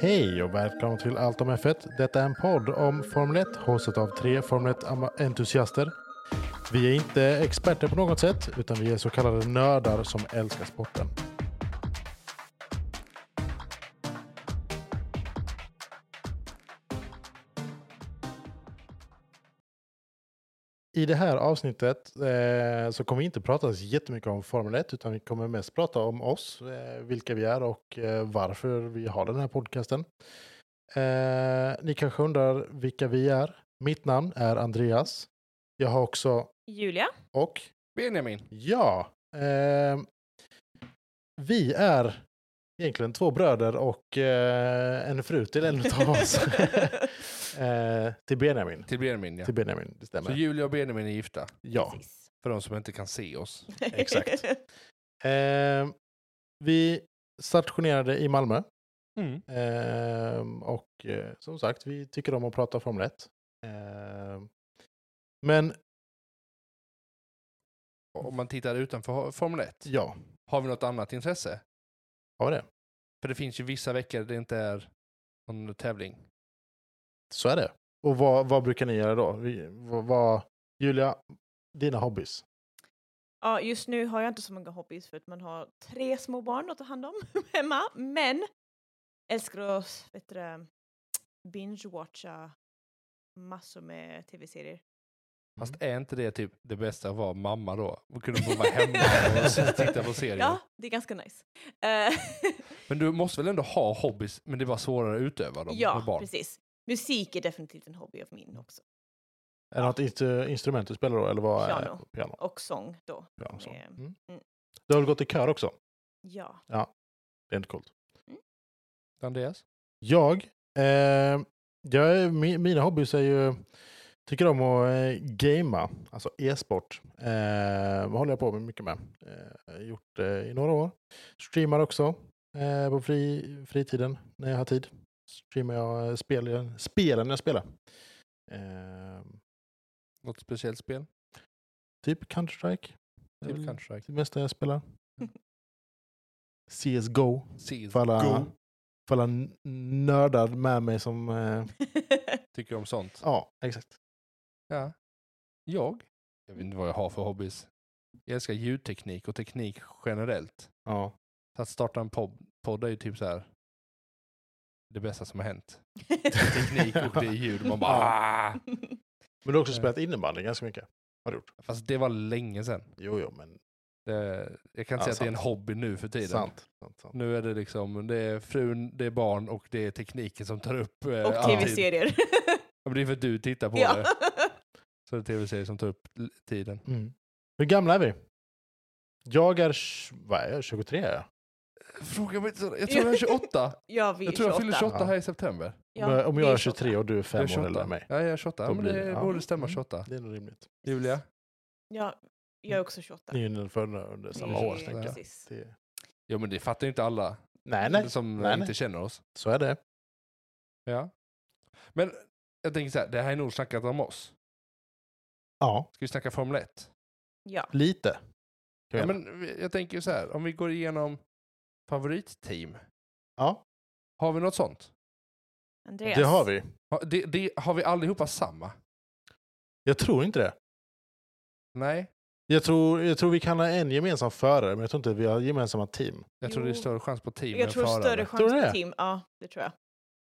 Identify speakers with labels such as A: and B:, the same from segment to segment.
A: Hej och välkommen till Allt om F1. Detta är en podd om Formel 1, hostat av tre Formel 1-entusiaster. Vi är inte experter på något sätt, utan vi är så kallade nördar som älskar sporten. I det här avsnittet eh, så kommer vi inte prata så jättemycket om Formel 1 utan vi kommer mest prata om oss, eh, vilka vi är och eh, varför vi har den här podcasten. Eh, ni kanske undrar vilka vi är. Mitt namn är Andreas. Jag har också
B: Julia.
A: och
C: Benjamin.
A: ja, eh, vi är egentligen två bröder och eh, en fru till en av oss. eh, till Benjamin.
C: Till Benjamin, ja.
A: Till Benjamin, det
C: Så
A: stämmer.
C: Julia och Benjamin är gifta,
A: Ja.
B: Precis.
C: för de som inte kan se oss.
A: Exakt. Eh, vi stationerade i Malmö
B: Mm.
A: eh, och eh, som sagt, vi tycker om att prata Formel 1. Eh, men
C: Och Om man tittar utanför Formel 1,
A: ja,
C: har vi något annat intresse?
A: har det.
C: För det finns ju vissa veckor det inte är någon tävling.
A: Så är det. Och vad, vad brukar ni göra då? Vi, vad, vad, Julia, dina hobbys?
B: Ja, just nu har jag inte så många hobbys för att man har tre små barn att ta hand om hemma. Men älskar att vet du, det, binge-watcha massor med tv-serier.
C: Fast
B: Mm.
C: är inte det typ det bästa att vara mamma då? Och kunna få vara hemma och s- titta på serier.
B: Ja, det är ganska nice. Eh,
C: Men du måste väl ändå ha hobbies, men det var svårare att utöva dem med
B: ja,
C: barn?
B: precis. Musik är definitivt en hobby av min också.
A: Är det något instru- instrument du spelar då? Eller vad är-
B: Piano.
A: piano,
B: Och sång då.
A: piano så.
B: Ehm,
A: Mm.
B: mm.
A: Du har väl gått i kör också?
B: Ja.
A: Det är inte coolt.
C: Andreas?
A: Jag? Eh, jag är, mi, mina hobbys är ju... Tycker om att eh, gamea, alltså e-sport. Eh, vad håller jag på med mycket med. Eh, gjort eh, i några år. Streamar också eh, på fri, fritiden när jag har tid. Streamar jag eh, spel, spelen jag spelar. Eh,
C: Något speciellt spel?
A: typ Counter-Strike. Det är
B: Mm.
C: Typ
A: väl
C: Counter-Strike?
A: Det mesta jag spelar. CSGO. För alla,
C: CSGO?
A: för alla n- nördar med mig som... Eh,
C: Tycker du om sånt?
A: ja, exakt.
C: Ja. Jag? Jag vet inte vad jag har för hobbys. Jag älskar ljudteknik och teknik generellt.
A: Ja.
C: Så att starta en podd, podd är ju typ så här det bästa som har hänt. Teknik och det är ljud. Man bara "Ah!"
A: Men du har också
C: Eh.
A: spelat innebandy ganska mycket. Har du gjort?
C: Fast det var länge sedan.
A: Jo, jo, men
C: Det, jag kan
A: Ja,
C: inte säga att det är en
A: sant.
C: hobby nu för tiden.
A: sant. sant, sant.
C: Nu är det liksom, det är frun, det är barn och det är tekniken som tar upp eh,
B: Och
C: all tid.
B: tv-serier.
C: Ja, men Det är för att du tittar på det.
B: ja.
C: Så det är tv-serier som tar upp l- tiden.
A: Mm. Hur gamla är vi? Jag är, tj- vad är jag, 23 är jag.
C: Fråga mig inte så. Jag tror jag är 28.
B: Jag vill
C: Jag tror jag fyller 28
A: Ja.
C: här i september.
A: Om jag- Om jag är
B: vi
A: 23 och du är
C: Jag är
A: 5 år äldre än mig.
C: Ja, jag är 28.
A: Då
C: Ja, men
A: blir
C: det
A: det- ja.
C: borde stämma
A: Mm.
C: 28.
A: Det är nog rimligt.
C: Julia?
B: Ja, jag är också 28.
A: Mm. Ni är ju födda under samma
B: Det
A: år,
B: är-
A: tänker jag.
B: precis.
A: Det-
C: Ja, men det fattar ju inte alla
A: Nej, nej,
C: som eh,
A: Nej,
C: inte
A: nej.
C: känner oss.
A: så är det.
C: Ja. Men jag tänker så här, det här är nog snackat om oss.
A: Ja,
C: Ska vi snacka Formel 1?
B: Ja.
A: lite. kan vi
C: Ja,
A: göra.
C: men vi- jag tänker ju så här, om vi går igenom favoritteam.
A: ja
C: Har vi något sånt?
B: Andreas.
A: det har vi.
C: Har, det, det, har vi allihopa samma?
A: Jag tror inte det.
C: Nej,
A: Jag tror, jag tror vi kan ha en gemensam förare, men jag tror inte vi har gemensamma team.
C: jag tror det är
B: Jo.
C: större chans på team
B: Jag
C: än
B: tror
C: förare.
B: större chans
A: Tror du
B: på
A: det?
B: team. Ja, det tror jag.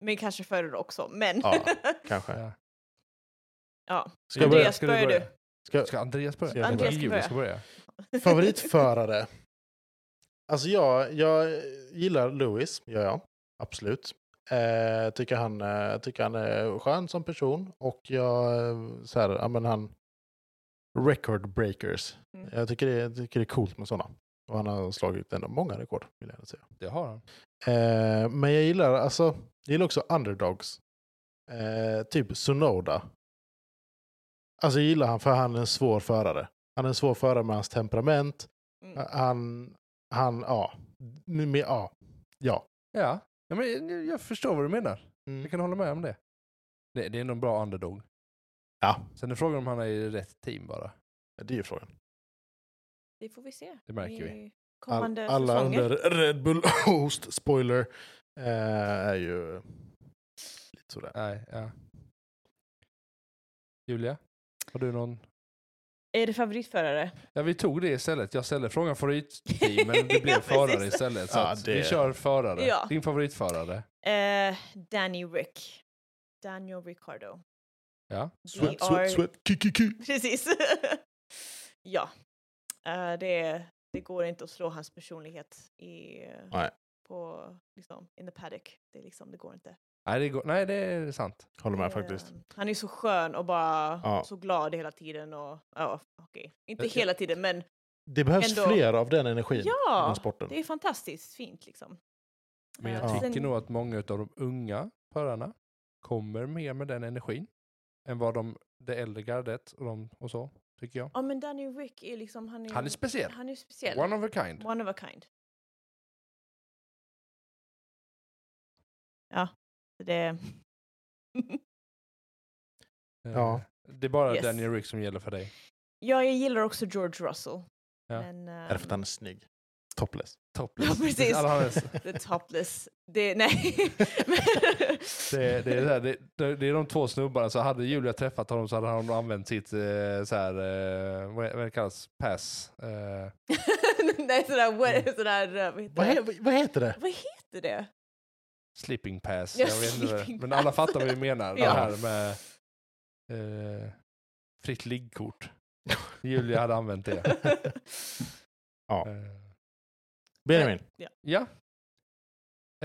B: Men kanske förare också. Men
A: Ja, kanske.
C: Ja.
B: ja.
A: Ska jag börja?
B: Andreas,
C: Ska du
B: börjar
C: börja?
B: du?
A: Ska,
C: Ska Andreas börja?
A: Ska jag
B: Andreas
C: börja?
B: ska
C: Julia ska börja.
A: Favoritförare. Alltså jag, jag gillar Lewis, gör jag. Absolut. Eh, tycker, han, eh, tycker han är skön som person och jag, eh, så här, ja men han, record breakers.
B: Mm.
A: Jag, tycker det, jag tycker det är coolt med sådana. Och han har slagit ändå många rekord, vill jag ändå säga.
C: Det har han.
A: Eh, men jag gillar, alltså, jag gillar också underdogs. Eh, typ Sunoda. Alltså jag gillar han för han är en svår förare. Han är en svår förare med hans temperament. Eh,
B: Mm.
A: Han, han, ja. Nu med, ja. Ja.
C: Ja, ja men jag, jag förstår vad du menar.
B: Mm.
C: Jag kan hålla med om det. Det, det är nog en bra underdog.
A: Ja,
C: Sen är frågan om han är i rätt team bara.
A: det är ju frågan.
B: Det får vi se. Mm.
C: Det märker vi.
A: All,
B: kommande
A: alla
B: säsonger.
A: under Red Bull Host, spoiler, eh, är ju lite sådär.
C: Nej, ja. Julia, har du någon?
B: Är det favoritförare?
C: Ja, vi tog det istället. Jag ställde frågan favoritteam, men det blev
B: Ja,
C: förare
B: precis.
C: istället. Så
A: Ja,
C: att
A: det-
C: vi kör förare.
B: Ja.
C: Din favoritförare.
B: Eh, Danny Rick. Daniel Ricardo.
C: Ja.
B: We
A: Sweat, sweat, sweat, ki, ki, ki.
B: Precis. ja. Eh, det, det går inte att slå hans personlighet i,
A: Nej.
B: på, liksom, in the paddock. Det, liksom, det går inte.
C: Nej, det, går... Nej, det är sant.
A: Håller med
B: Eh,
A: faktiskt.
B: Han är så skön och bara
A: Ja.
B: så glad hela tiden. Och, ja, okej. Inte
C: Jag-
B: hela tiden, men
A: Det behövs
B: Ändå-
A: fler av den energin
B: Ja,
A: inom sporten.
B: det är fantastiskt fint liksom.
C: Men jag
B: Eh,
A: Ja.
C: tycker
B: sen-
C: nog att många av de unga förarna kommer mer med den energin än vad de, det äldre gardet och, de, och så, tycker jag.
B: Ja, men Danny Rick är liksom, han är,
C: Han är speciell.
B: han är speciell.
C: One of a kind.
B: One of a kind. Ja, så det...
A: Ja.
C: Eh, Det är bara
B: Yes.
C: Daniel Rick som gäller för dig.
B: ja, jag gillar också George Russell.
C: Ja.
B: Men,
A: Är det för att
B: ehm,
A: han är snygg? Topless.
C: Topless.
B: Ja, precis.
C: Alla hans-
B: the topless. Det, nej. Men-
C: Det, det, är så här, det, det det är de två snubbarna, så hade Julia träffat honom så hade han använt sitt, eh, så här, eh, vad, vad det kallas, pass. Eh,
B: nej, sådär,
C: Mm.
B: what, sådär, eh, vad
A: Vad,
B: heter det?
A: he, vad heter det?
B: Vad heter det?
C: slipping pass.
B: Ja,
C: jag vet inte, vad det-
B: slipping
C: men alla
B: pass.
C: fattar vad vi menar.
B: Ja.
C: Det här med eh, fritt liggkort. Julia hade använt det. Eh,
A: Benjamin.
C: ja.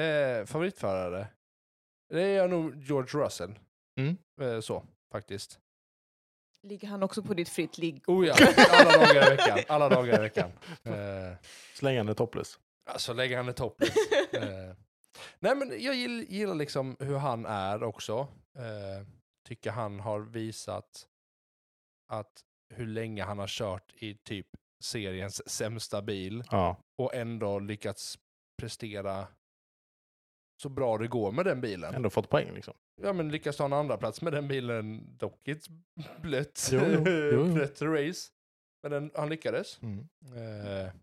C: Eh, favoritförare? Det är nog George Russell.
A: Mm.
C: Eh, så, faktiskt.
B: Ligger han också på ditt fritt ligg?
C: Oh ja, alla dagar i veckan. Alla dagar i veckan. Eh,
A: Slängande topless.
C: Alltså lägger han är toppen. eh, nej men jag gill, gillar liksom hur han är också. Eh, tycker han har visat att hur länge han har kört i typ seriens sämsta bil
A: Ja.
C: och ändå lyckats prestera så bra det går med den bilen.
A: Ändå fått poäng liksom.
C: Ja men lyckas ta en andra plats med den bilen, dock i ett blött,
A: Jo, jo, jo, jo.
C: blött race. Men den, han lyckades.
A: Mm.
C: Eh,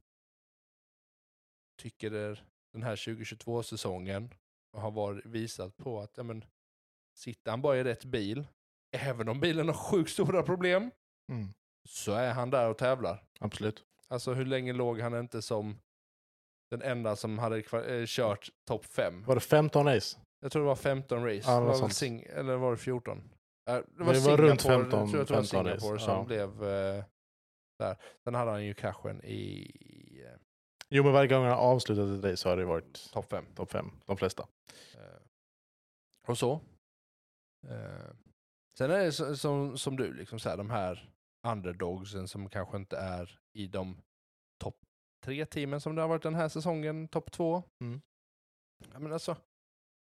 C: tycker det, den här 2022-säsongen har var, visat på att ja, men, sitter han bara i rätt bil, även om bilen har sjukt stora problem,
A: Mm.
C: så är han där och tävlar.
A: Absolut.
C: Alltså hur länge låg han inte som den enda som hade kva- eh, kört topp 5?
A: Var det 15 ace?
C: Jag tror det var 15 race.
A: Ja,
C: det
A: något
C: var väl
A: sånt.
C: sing- eller var det 14? Eh, Det
A: Det var runt 15
C: jag tror att det var
A: 15 race,
C: Singapore
A: ja.
C: som blev eh, där. Sen hade han ju kraschen i eh,
A: Jo, men varje gång han har avslutat ett race så har det varit
C: topp 5.
A: topp fem. De flesta.
C: Eh, och så. Eh, sen är det så, som, som du, liksom så här, de här underdogsen som kanske inte är i de topp tre teamen som det har varit den här säsongen, topp två.
A: Mm.
C: Ja, men alltså,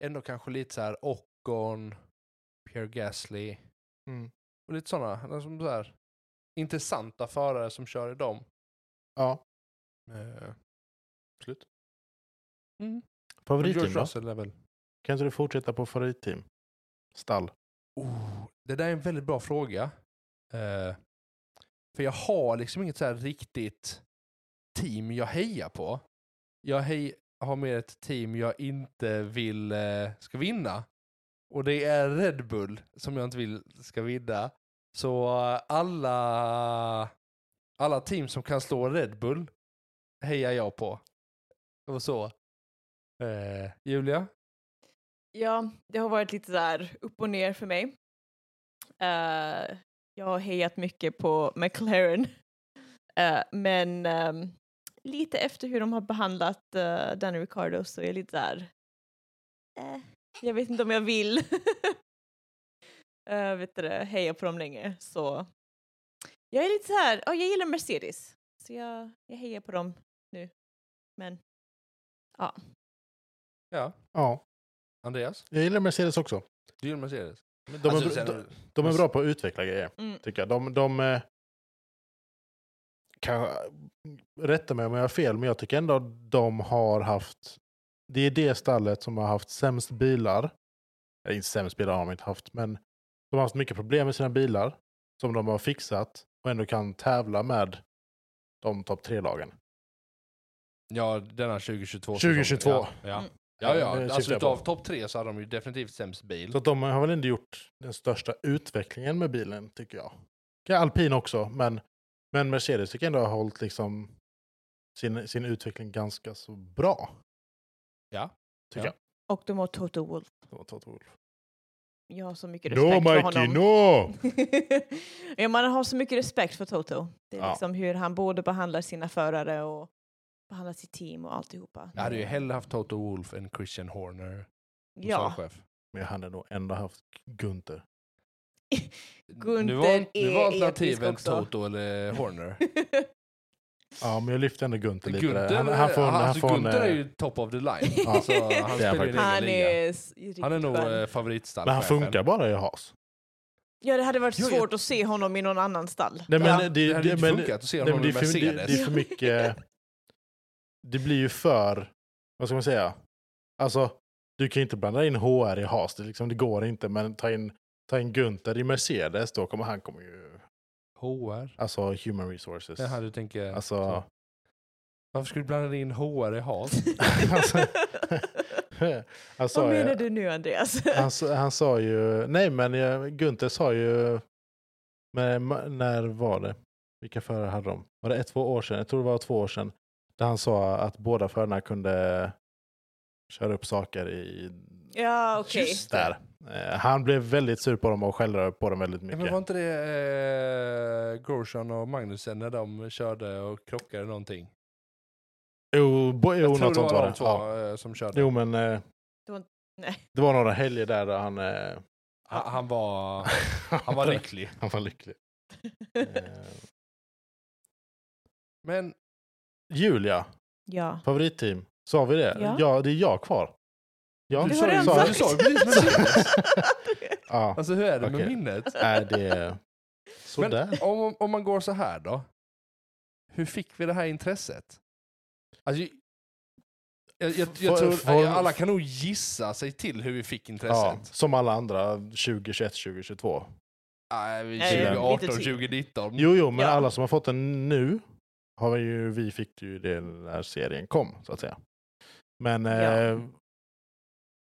C: ändå kanske lite så här Ockon, Pierre Gasly
A: Mm.
C: och lite sådana som så här, intressanta förare som kör i dem.
A: Ja,
C: Eh,
A: absolut.
C: mm. Men
A: Favoritteam
C: George
A: då?
C: Russell är väl
A: Kan inte du fortsätta på favoritteam? Stall.
C: Oh, det där är en väldigt bra fråga. Eh, för jag har liksom inget så här riktigt team jag hejar på. Jag hej, har mer ett team jag inte vill eh, ska vinna. Och det är Red Bull som jag inte vill ska vinna. Så eh, alla, alla team som kan slå Red Bull hejar jag på. Och så. Eh, Julia?
B: Ja, det har varit lite där upp och ner för mig. Eh, jag har hejat mycket på McLaren. Eh, men ehm, lite efter hur de har behandlat eh, Danny Ricardo så är jag lite där. Eh, jag vet inte om jag vill uh, vet du, det, heja på dem längre. Så jag är lite så här, ja, jag gillar Mercedes. Så jag, jag hejar på dem nu. Men ja,
C: Ja.
A: Ja,
C: Andreas?
A: jag gillar Mercedes också.
C: Du gillar Mercedes?
A: Men De,
C: Alltså,
A: är,
C: sen-
A: bra- de, de är bra på att utveckla grejer,
B: Mm.
A: tycker jag. De, de eh, kan, rätta mig om jag har fel, men jag tycker ändå att de har haft... Det är det stallet som har haft sämst bilar. Eller inte sämst bilar har de inte haft, men de har haft mycket problem med sina bilar som de har fixat och ändå kan tävla med de topp tre-lagen.
C: Ja, denna 2022.
A: 2022.
C: säsongen, Ja, ja.
B: Mm.
C: ja,
A: Ja, det
C: ja. Alltså
A: syftar jag på.
C: utav topp tre så hade de ju definitivt sämst bil.
A: Så att de har väl ändå gjort den största utvecklingen med bilen, tycker jag. Ja, Alpin också, men, men Mercedes tycker jag ändå har hållit liksom sin, sin utveckling ganska så bra.
C: Ja.
A: Tycker
C: Ja.
B: Och de har Toto Wolf.
A: jag. Det var Toto Wolff.
B: Jag har så mycket respekt för honom.
A: no!
B: ja, man har så mycket respekt för Toto. Det är
A: Ja.
B: liksom hur han både behandlar sina förare och behandlar sitt team och alltihopa.
C: Jag hade ju hellre haft Toto Wolff än Christian Horner som
B: Ja.
C: chef.
A: Men jag hade nog ändå haft Gunther.
C: nu
B: Gunther
C: var, nu var
B: är
C: alternativen
B: etisk också.
C: Toto eller Horner.
A: Ja, men jag lyfte ändå Gunther lite.
C: Gunther,
A: där. han, han får, han
C: alltså,
A: får en,
C: Gunther är
A: eh,
C: ju top of the line.
B: Ja.
C: Alltså,
B: Det är
C: han spelar ju en egen
B: han
C: liga.
B: är s- riktigt
C: Han är nog
B: skön.
C: eh, favoritstall.
A: men han
C: chefen.
A: funkar bara i Haas.
B: Ja, det hade varit
C: Jo, jag-
B: svårt att se honom i någon annan stall.
A: Nej, men eh,
C: Ja,
A: det,
C: Det
A: det,
C: hade ju inte
A: men,
C: funkat att se
A: nej, men
C: honom
A: det,
C: i
A: är för, det, det är
C: Mercedes.
A: för mycket...
C: eh,
A: Det blir ju för... Vad ska man säga? Alltså, du kan ju inte blanda in HR i Haas. Det, liksom, det går inte. Men ta in, ta in Gunther i Mercedes, då kommer han kommer ju...
C: HR.
A: Alltså, human resources.
C: Jaha, du tänker...
A: Alltså,
C: Varför skulle du blanda in HR i HAS?
A: Alltså, han
B: Vad
A: sa
B: menar
A: ju...
B: du nu Andreas?
C: Alltså,
A: Han, sa- han sa ju... Nej, men jag- Gunther sa ju... Men, eh, när var det? Vilka förare hade de? Var det ett, två år sedan? Jag tror det var två år sedan. Där han sa att båda förarna kunde köra upp saker i...
B: ja, okej.
C: Just det.
A: Där. Eh, Han blev väldigt sur på dem och skällde på dem väldigt
C: Ja, men
A: mycket.
C: var inte det eh, Grosjean och Magnussen när de körde och krockade någonting?
A: Jo, bo, jo
C: jag tror
A: något
C: det
A: sånt
C: var
A: var
C: de
A: det.
C: två
A: Ja.
C: eh, som körde.
A: Jo, men eh,
B: Det var- nej.
A: det var några helger där, där han... eh,
C: Han, han, var, han var lycklig.
A: han var lycklig. Eh,
C: Men
A: Julia,
B: ja.
A: favoritteam. Sa vi det?
B: Ja.
A: Ja, det är jag kvar. Ja,
C: Du
B: Det
C: sa
B: har
C: ju-
B: redan
C: sa-
B: sagt.
C: du sa ju precis när du
A: Ja,
C: alltså hur är det med
A: Okej.
C: minnet?
A: nej, det är
C: Men
A: sådär.
C: om, om man går så här då. Hur fick vi det här intresset? Alltså, jag, jag, jag
A: Får-
C: tror
A: får-
C: alla kan nog gissa sig till hur vi fick
A: Ja,
C: intresset.
A: som alla andra 2021, 2022.
C: Nej, vi-
B: Nej,
A: lite
C: 2018,
B: till.
C: 2019.
A: Jo, jo, men
B: Ja.
A: alla som har fått den nu har vi ju, vi fick ju det när serien kom, så att säga. Men
B: Ja.
A: eh,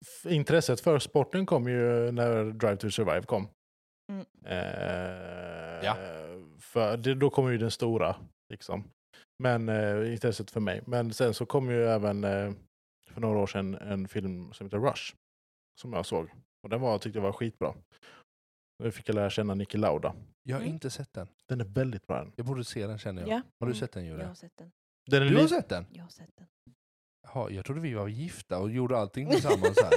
A: f- intresset för sporten kom ju när Drive to Survive kom.
B: Mm.
A: Eh,
C: Ja.
A: För det, då kom ju den stora, liksom. Men eh, intresset för mig. Men sen så kom ju även eh, för några år sedan en film som heter Rush. Som jag såg. Och den var, tyckte jag var skitbra. Då fick jag lära känna Niki Lauda.
C: Jag har
B: Mm.
C: inte sett den.
A: Den är väldigt bra. Den.
C: Jag borde se den känner jag.
B: Ja.
C: Har du
B: Mm.
C: sett den
B: Jag har
C: Julia?
B: sett den.
A: Den är
C: Du
A: lite-
C: har sett den?
B: Jag har sett den.
C: Jaha, jag trodde vi var gifta och gjorde allting tillsammans här.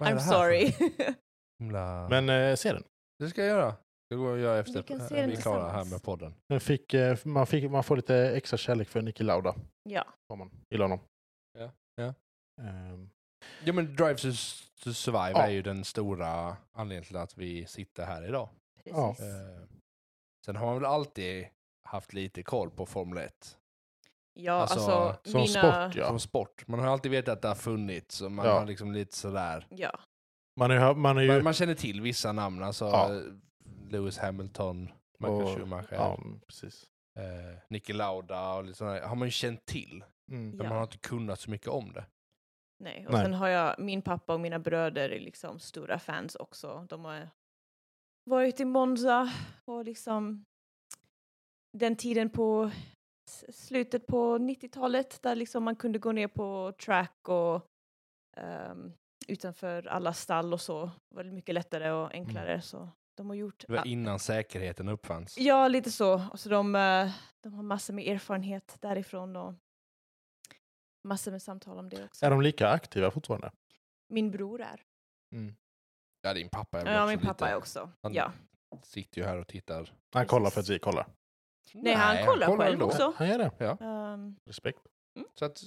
C: Vad är
B: I'm
C: det här för
B: sorry.
C: Himla...
A: Men eh, se den.
C: Det ska jag göra. Det går jag göra efter
B: Vi kan se
C: eh,
B: den
C: vi är klara här
B: tillsammans.
C: med podden.
A: den fick, eh, man, fick, man får lite extra kärlek för Niki Lauda.
B: ja.
A: Om man gillar honom.
C: Ja, ja.
A: Ehm,
C: Ja men Drive to, to Survive
A: Ja.
C: är ju den stora anledningen till att vi sitter här idag.
A: Ja.
B: Precis.
C: Eh, sen har man väl alltid haft lite koll på Formel 1
B: Ja,
C: alltså,
B: alltså,
A: som
B: mina...
A: sport ja.
C: som sport. Man har alltid vetat att det har funnits och man
A: Ja.
C: har liksom lite sådär.
B: Ja.
A: Man har ju, hört- man har ju
C: Man, man känner till vissa namn, alltså
A: Ja.
C: eh, Lewis Hamilton, Michael
A: Och-
C: Schumacher,
A: ja, precis.
C: eh, Niki Lauda och lite sådana här har man ju känt till.
A: Mm.
C: Men
B: Ja.
C: man har inte kunnat så mycket om det.
B: Nej, och
A: Nej.
B: sen har jag min pappa och mina bröder är liksom stora fans också. De har varit i Monza och liksom den tiden på s- slutet på 90-talet där liksom man kunde gå ner på track och ehm, utanför alla stall och så. Det var mycket lättare och enklare så de har gjort
C: Mm. Det var
B: all-
C: innan säkerheten uppfanns.
B: Ja, lite så. Och Så de, eh, de har massor med erfarenhet därifrån och massor med samtal om det också.
A: Är de lika aktiva fortfarande?
B: Min bror är.
C: Ja, din pappa är väl
B: Ja,
C: också
B: min pappa
C: lite,
B: är också.
C: han-
B: Ja.
C: sitter ju här och tittar.
A: Han kollar
B: Precis.
A: för att vi kollar.
B: Nej, han kollar själv
C: ändå.
B: också.
A: Han gör det.
B: Ehm,
A: Respekt.
C: Så att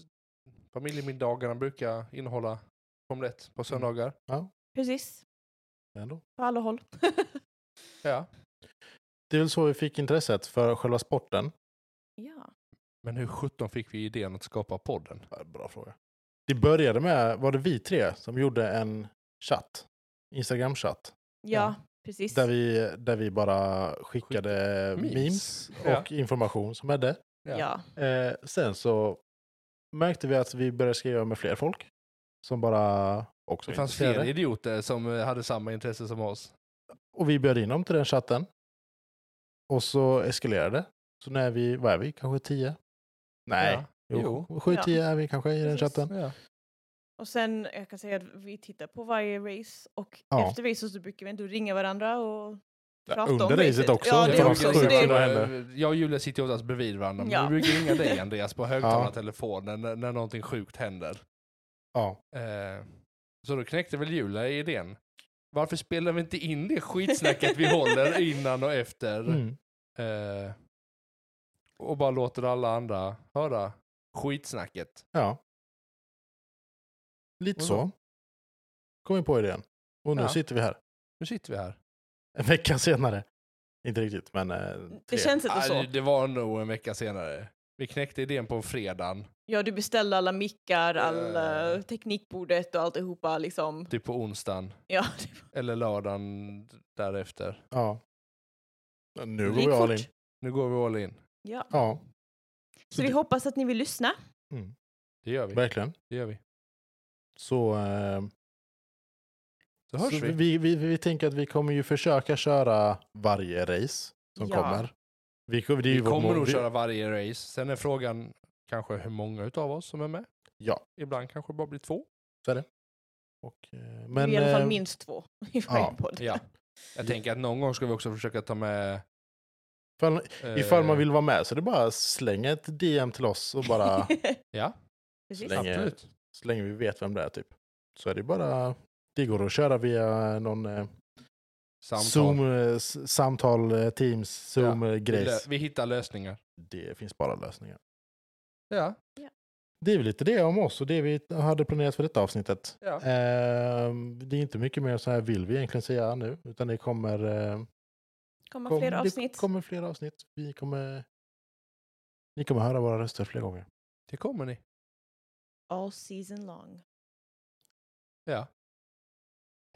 C: familjemiddagarna brukar innehålla Formel 1
B: Mm.
C: på söndagar.
B: precis,
A: Ändå.
B: på alla håll.
C: Ja.
A: Det är väl så vi fick intresset för själva sporten.
B: ja.
C: Men hur sjutton fick vi idén att skapa podden?
A: Ja, Bra fråga. Det började med, var det vi tre som gjorde en chatt? Instagram-chatt.
B: ja, precis.
A: Där vi, där vi bara skickade
C: Memes.
A: memes,
C: Ja.
A: och information som hade.
B: ja.
A: Eh, sen så märkte vi att vi började skriva med fler folk. Som bara också
C: Det
A: är
C: fanns
A: intresserade.
C: fler idioter som eh, hade samma intresse som oss.
A: Och vi bjöd in dem till den chatten. Och så eskalerade det. Så när vi, vad är vi, kanske tio? Nej,
C: Ja.
A: jo. Sju,
B: Ja.
A: tio är vi kanske i den
B: Precis.
A: chatten.
C: Ja.
B: Och sen, jag kan säga att vi tittar på varje race och
A: Ja.
B: efter race så brukar vi ändå ringa varandra och
A: Ja,
B: prata
A: under
B: om
A: racet
B: racet.
A: också,
B: Ja,
A: för
B: det
A: de
B: också.
A: ska
B: Så
A: skjuta
B: det,
A: sina-
C: Eh, Jag och Julia sitter ju oftast bredvid varandra, men
B: Ja.
C: vi brukar ringa dig Andreas på högtalartelefonen när, när någonting sjukt händer.
A: Ja.
C: Eh, så då knäckte väl Julia idén. Varför spelar vi inte in det skitsnacket vi håller innan och efter?
A: Mm.
C: Eh, och bara låter alla andra höra skitsnacket.
A: ja. Lite
C: Mm. Och
A: så. Kom vi på idén. Och nu
C: Ja.
A: sitter vi här.
C: Nu sitter vi här.
A: En vecka senare. Inte riktigt, men eh,
B: det
A: tre.
B: känns inte
C: Ah,
B: så.
C: det- det var nog en vecka senare. Vi knäckte idén på fredagen,
B: Ja, du beställde alla mickar, alla
C: Eh.
B: teknikbordet och alltihopa liksom.
C: typ på onsdagen
B: Ja, det
C: eller lördagen därefter.
A: Ja. Nu går
B: gick
A: vi all in.
B: fort.
C: Nu går vi all in.
B: Ja.
A: Ja, Mm.
B: Så vi hoppas att ni vill lyssna.
C: Det gör vi.
A: verkligen.
C: Det gör vi.
A: Så, eh,
C: Så hörs
A: så
C: vi.
A: Vi, vi, vi tänker att vi kommer ju försöka köra varje race som
B: Ja.
A: kommer. Vi, det är ju
C: Vi
A: vårt
C: kommer
A: mål.
C: nog
A: Vi-
C: köra varje race. Sen är frågan kanske hur många utav oss som är med.
A: Ja.
C: Ibland kanske bara blir två.
A: Och, eh,
B: Det
A: men,
B: är I alla fall
A: eh,
B: minst två i
A: ja.
B: varje podd.
C: Ja. Jag tänker att någon gång ska vi också försöka ta med...
A: ifall,
C: eh,
A: ifall man vill vara med så är det bara att slänga ett DM till oss och bara
C: Ja,
B: Precis.
A: Länge.
C: absolut.
A: så länge vi vet vem det är typ. Så är det bara, det går att köra via någon eh,
C: Samtal.
A: Zoom, eh, s- samtal, eh, Teams, Zoom, eh,
C: Vi lö-
A: grejs.
C: Vi hittar lösningar.
A: Det finns bara lösningar.
C: Ja.
A: Det är väl lite det om oss och det vi hade planerat för detta avsnittet.
C: ja.
A: Ehm, det är inte mycket mer så här vill vi egentligen säga nu, utan det kommer, eh,
B: Kommer
A: kom-
B: fler
A: det
B: avsnitt.
A: kommer fler avsnitt. Vi kommer, ni kommer höra våra röster fler gånger.
C: Det kommer ni.
B: All season long.
C: Ja.
A: And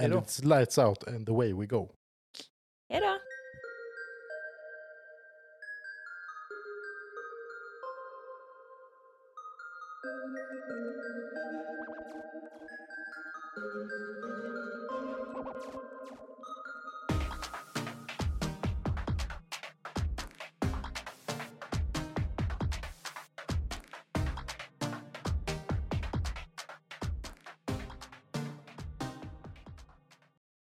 C: Hejdå.
A: it's lights out and the way we go.
B: Hej då!